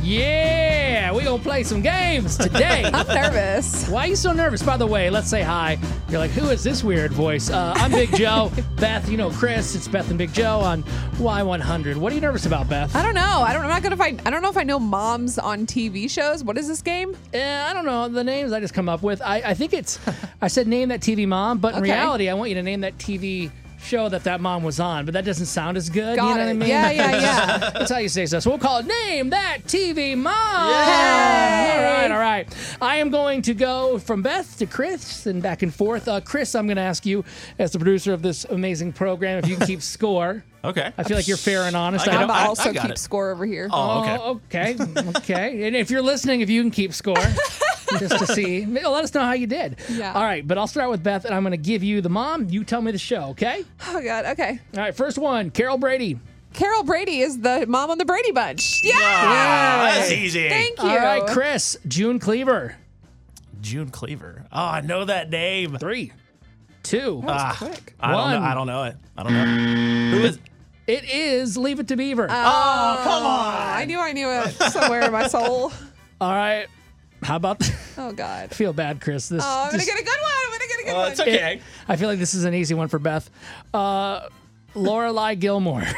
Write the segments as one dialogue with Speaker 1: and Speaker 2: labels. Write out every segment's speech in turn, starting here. Speaker 1: Yeah, we gonna play some games today.
Speaker 2: I'm nervous.
Speaker 1: Why are you so nervous? By the way, let's say hi. You're like, who is this weird voice? Uh, I'm Big Joe. Beth, you know Chris. It's Beth and Big Joe on Y100. What are you nervous about, Beth?
Speaker 2: I don't know. I don't. I'm not gonna find. I don't know if I know moms on TV shows. What is this game?
Speaker 1: Eh, I don't know the names I just come up with. I, I think it's. I said name that TV mom, but in
Speaker 2: Okay.
Speaker 1: reality, I want you to name that TV show that that mom was on. But that doesn't sound as good.
Speaker 2: Got
Speaker 1: you know
Speaker 2: it.
Speaker 1: what I mean?
Speaker 2: Yeah, yeah, yeah.
Speaker 1: That's how you say so. So we'll call it Name That TV Mom. All right, all right. I am going to go from Beth to Chris and back and forth. Uh, Chris, I'm going to ask you, as the producer of this amazing program, if you can keep score.
Speaker 3: Okay.
Speaker 1: I feel like you're fair and honest.
Speaker 3: I
Speaker 1: I
Speaker 2: I'm
Speaker 3: know.
Speaker 1: don't-
Speaker 2: also
Speaker 3: I got
Speaker 2: keep
Speaker 3: it.
Speaker 2: score over here.
Speaker 3: Oh, okay.
Speaker 1: Oh, okay. Okay. and if you're listening, if you can keep score, just to see, let us know how you did.
Speaker 2: Yeah.
Speaker 1: All right. But I'll start with Beth, and I'm going to give you the mom. You tell me the show, okay?
Speaker 2: Oh God. Okay.
Speaker 1: All right. First one Carol Brady.
Speaker 2: Carol Brady is the mom on the Brady Bunch. Yeah.
Speaker 3: Ah, that's easy.
Speaker 2: Thank you.
Speaker 1: All right. Chris, June Cleaver.
Speaker 3: June Cleaver. Oh, I know that name.
Speaker 1: Three, two. Uh,
Speaker 3: Ah,
Speaker 2: quick.
Speaker 3: I don't,
Speaker 1: One.
Speaker 3: know, I don't know it. I don't know. Who is?
Speaker 1: It is Leave It to Beaver.
Speaker 2: Uh.
Speaker 3: Oh, come on.
Speaker 2: I knew I knew it somewhere in my soul.
Speaker 1: All right. How about
Speaker 2: Oh God.
Speaker 1: feel bad, Chris? This.
Speaker 2: Oh, I'm gonna
Speaker 1: this-
Speaker 2: get a good one. I'm gonna get a good
Speaker 3: Oh,
Speaker 2: one.
Speaker 3: it's okay.
Speaker 1: I feel like this is an easy one for Beth. Uh, Lorelai Gilmore.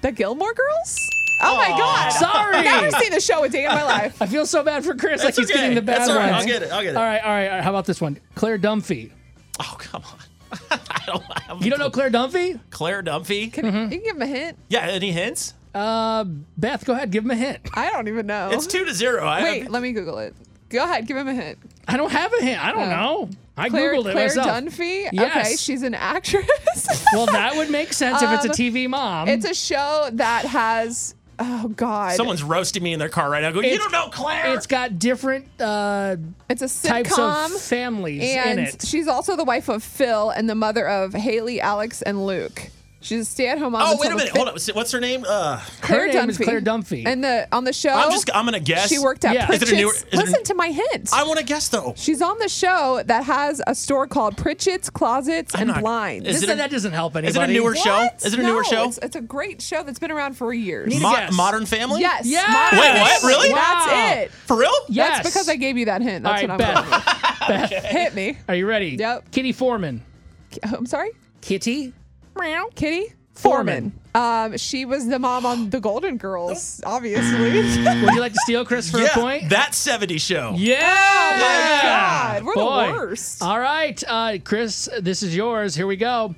Speaker 2: The Gilmore Girls. Oh my God.
Speaker 1: Sorry.
Speaker 2: Never seen a show a day in my life.
Speaker 1: I feel so bad for Chris. like
Speaker 3: It's
Speaker 1: he's
Speaker 3: okay.
Speaker 1: getting the bad
Speaker 3: That's all right.
Speaker 1: ones.
Speaker 3: I'll get it. I'll get it.
Speaker 1: All right, all right, all right. How about this one? Claire Dunphy.
Speaker 3: Oh, come on. I don't. I have
Speaker 1: You don't know Claire Dunphy?
Speaker 3: Claire Dunphy?
Speaker 2: Can you can give him a hint?
Speaker 3: yeah. Any hints?
Speaker 1: Uh, Beth, go ahead, give him a hint.
Speaker 2: I don't even know.
Speaker 1: Oh.
Speaker 3: It's two to zero. I
Speaker 2: Wait, let me Google it. Go ahead, give him a hint.
Speaker 1: I don't have a hint. I don't know. I
Speaker 2: Oh. Claire,
Speaker 1: googled it
Speaker 2: Claire
Speaker 1: myself.
Speaker 2: Dunphy. Okay,
Speaker 1: Yes.
Speaker 2: she's an actress.
Speaker 1: Well, that would make sense if it's a TV mom.
Speaker 2: it's a show that has. Oh God!
Speaker 3: Someone's roasting me in their car right now. Going, you
Speaker 1: It's-
Speaker 3: don't know Claire.
Speaker 1: it's got different uh,
Speaker 2: it's a
Speaker 1: types
Speaker 2: sitcom,
Speaker 1: of families in
Speaker 2: and
Speaker 1: it.
Speaker 2: she's also the wife of Phil and the mother of Haley, Alex, and Luke. She's a stay-at-home mom.
Speaker 3: oh,
Speaker 2: until
Speaker 3: wait a
Speaker 2: the
Speaker 3: minute.
Speaker 2: fif-
Speaker 3: Hold on. What's her name? Uh,
Speaker 2: Claire
Speaker 1: Her name is Claire Dunphy.
Speaker 2: And the on the show,
Speaker 3: I'm just. I'm gonna guess.
Speaker 2: she worked at
Speaker 1: Yeah. Is
Speaker 2: Pritchett's.
Speaker 3: it a newer- is it a-
Speaker 2: Listen to my hint.
Speaker 3: I want to guess though.
Speaker 2: she's on the show that has a store called Pritchett's Closets and
Speaker 3: not-
Speaker 2: Blinds.
Speaker 3: is
Speaker 1: This-
Speaker 3: it a-
Speaker 1: that doesn't help anybody.
Speaker 3: Is it a newer show?
Speaker 2: What?
Speaker 3: Is it a
Speaker 2: No,
Speaker 3: newer show?
Speaker 2: It's, it's a great show that's been around for years.
Speaker 1: Need a
Speaker 3: Mo-
Speaker 1: guess.
Speaker 3: Modern Family?
Speaker 2: Yes.
Speaker 1: Yes.
Speaker 2: Modern
Speaker 3: Wait, what?
Speaker 2: Family.
Speaker 3: Really?
Speaker 1: Wow.
Speaker 2: That's it.
Speaker 3: For real?
Speaker 1: Yes.
Speaker 2: That's because I gave you that hint.
Speaker 1: All
Speaker 2: That's
Speaker 1: right,
Speaker 2: what I'm
Speaker 1: Beth.
Speaker 2: going Hit me.
Speaker 1: Are you ready?
Speaker 2: Yep.
Speaker 1: Kitty Foreman.
Speaker 2: I'm sorry.
Speaker 1: Kitty?
Speaker 2: Kitty
Speaker 1: Foreman.
Speaker 2: Um, she was the mom on The Golden Girls, obviously. Oh,
Speaker 1: Would you like to steal Chris for
Speaker 3: Yeah.
Speaker 1: a point?
Speaker 3: That 70 show.
Speaker 1: yeah.
Speaker 2: God, we're
Speaker 1: Boy.
Speaker 2: the worst.
Speaker 1: All right, uh, Chris, this is yours. Here we go.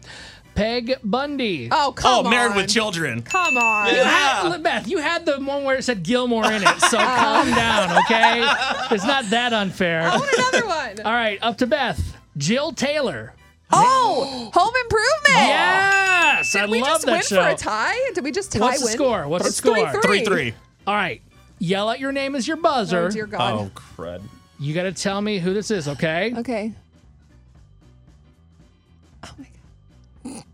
Speaker 1: Peg Bundy.
Speaker 2: oh,
Speaker 3: Oh,
Speaker 2: come on.
Speaker 3: Married with Children.
Speaker 2: Come on.
Speaker 1: You had- Beth, you had the one where it said Gilmore in it, so calm down, okay? It's not that unfair.
Speaker 2: Another one.
Speaker 1: All right, up to Beth. Jill Taylor.
Speaker 2: Oh, Home Improvement.
Speaker 1: Yes, I
Speaker 2: Did we
Speaker 1: love
Speaker 2: just
Speaker 1: that
Speaker 2: win
Speaker 1: show.
Speaker 2: for a tie? Did we just tie
Speaker 1: What's the
Speaker 2: win?
Speaker 1: score? What's the
Speaker 2: It's
Speaker 1: score?
Speaker 2: 3-3.
Speaker 3: 3 3.
Speaker 1: All right, yell out your name as your buzzer.
Speaker 2: Oh, dear God.
Speaker 3: Oh, crud.
Speaker 1: You got to tell me who this is, okay?
Speaker 2: Okay. Oh my god.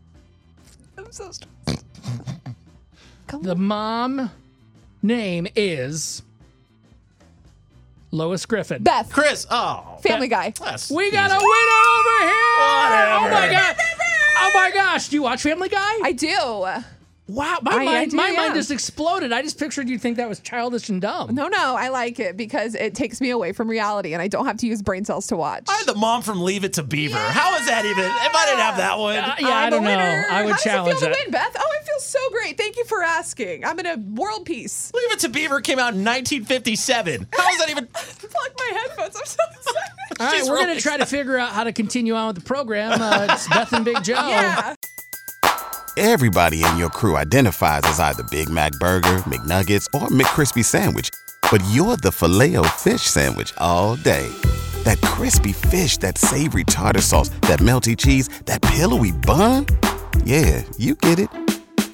Speaker 2: I'm so stressed.
Speaker 1: The mom name is Lois Griffin.
Speaker 2: Beth,
Speaker 3: Chris. Oh.
Speaker 2: Family Guy.
Speaker 3: That's
Speaker 1: we got a winner
Speaker 3: easy.
Speaker 1: over here! Oh my
Speaker 3: Whatever.
Speaker 1: god! Oh my gosh! Do you watch Family Guy?
Speaker 2: I do.
Speaker 1: wow, my
Speaker 2: I- I
Speaker 1: mind,
Speaker 2: do,
Speaker 1: my
Speaker 2: yeah.
Speaker 1: mind just exploded. I just pictured you think that was childish and dumb.
Speaker 2: No, no, I like it because it takes me away from reality and I don't have to use brain cells to watch.
Speaker 3: I had the mom from Leave It to Beaver. How is that even? If I didn't have that one.
Speaker 1: Uh, yeah,
Speaker 2: I'm
Speaker 1: I
Speaker 2: a
Speaker 1: don't know.
Speaker 2: winner.
Speaker 1: I would
Speaker 2: How
Speaker 1: challenge
Speaker 2: does it feel
Speaker 1: that.
Speaker 2: to win, Beth? Oh, it feels so great. Thank you for asking. I'm in a world peace.
Speaker 3: Leave It to Beaver came out in 1957. How is that even?
Speaker 2: Plug my headphones. I'm so excited.
Speaker 1: All right,
Speaker 3: She's
Speaker 1: we're
Speaker 3: really
Speaker 1: going to try to figure out how to continue on with the program. Uh, it's Beth and Big Joe.
Speaker 2: Yeah.
Speaker 4: Everybody in your crew identifies as either Big Mac Burger, McNuggets, or McCrispy Sandwich, but you're the filet fish Sandwich all day. That crispy fish, that savory tartar sauce, that melty cheese, that pillowy bun. Yeah, you get it.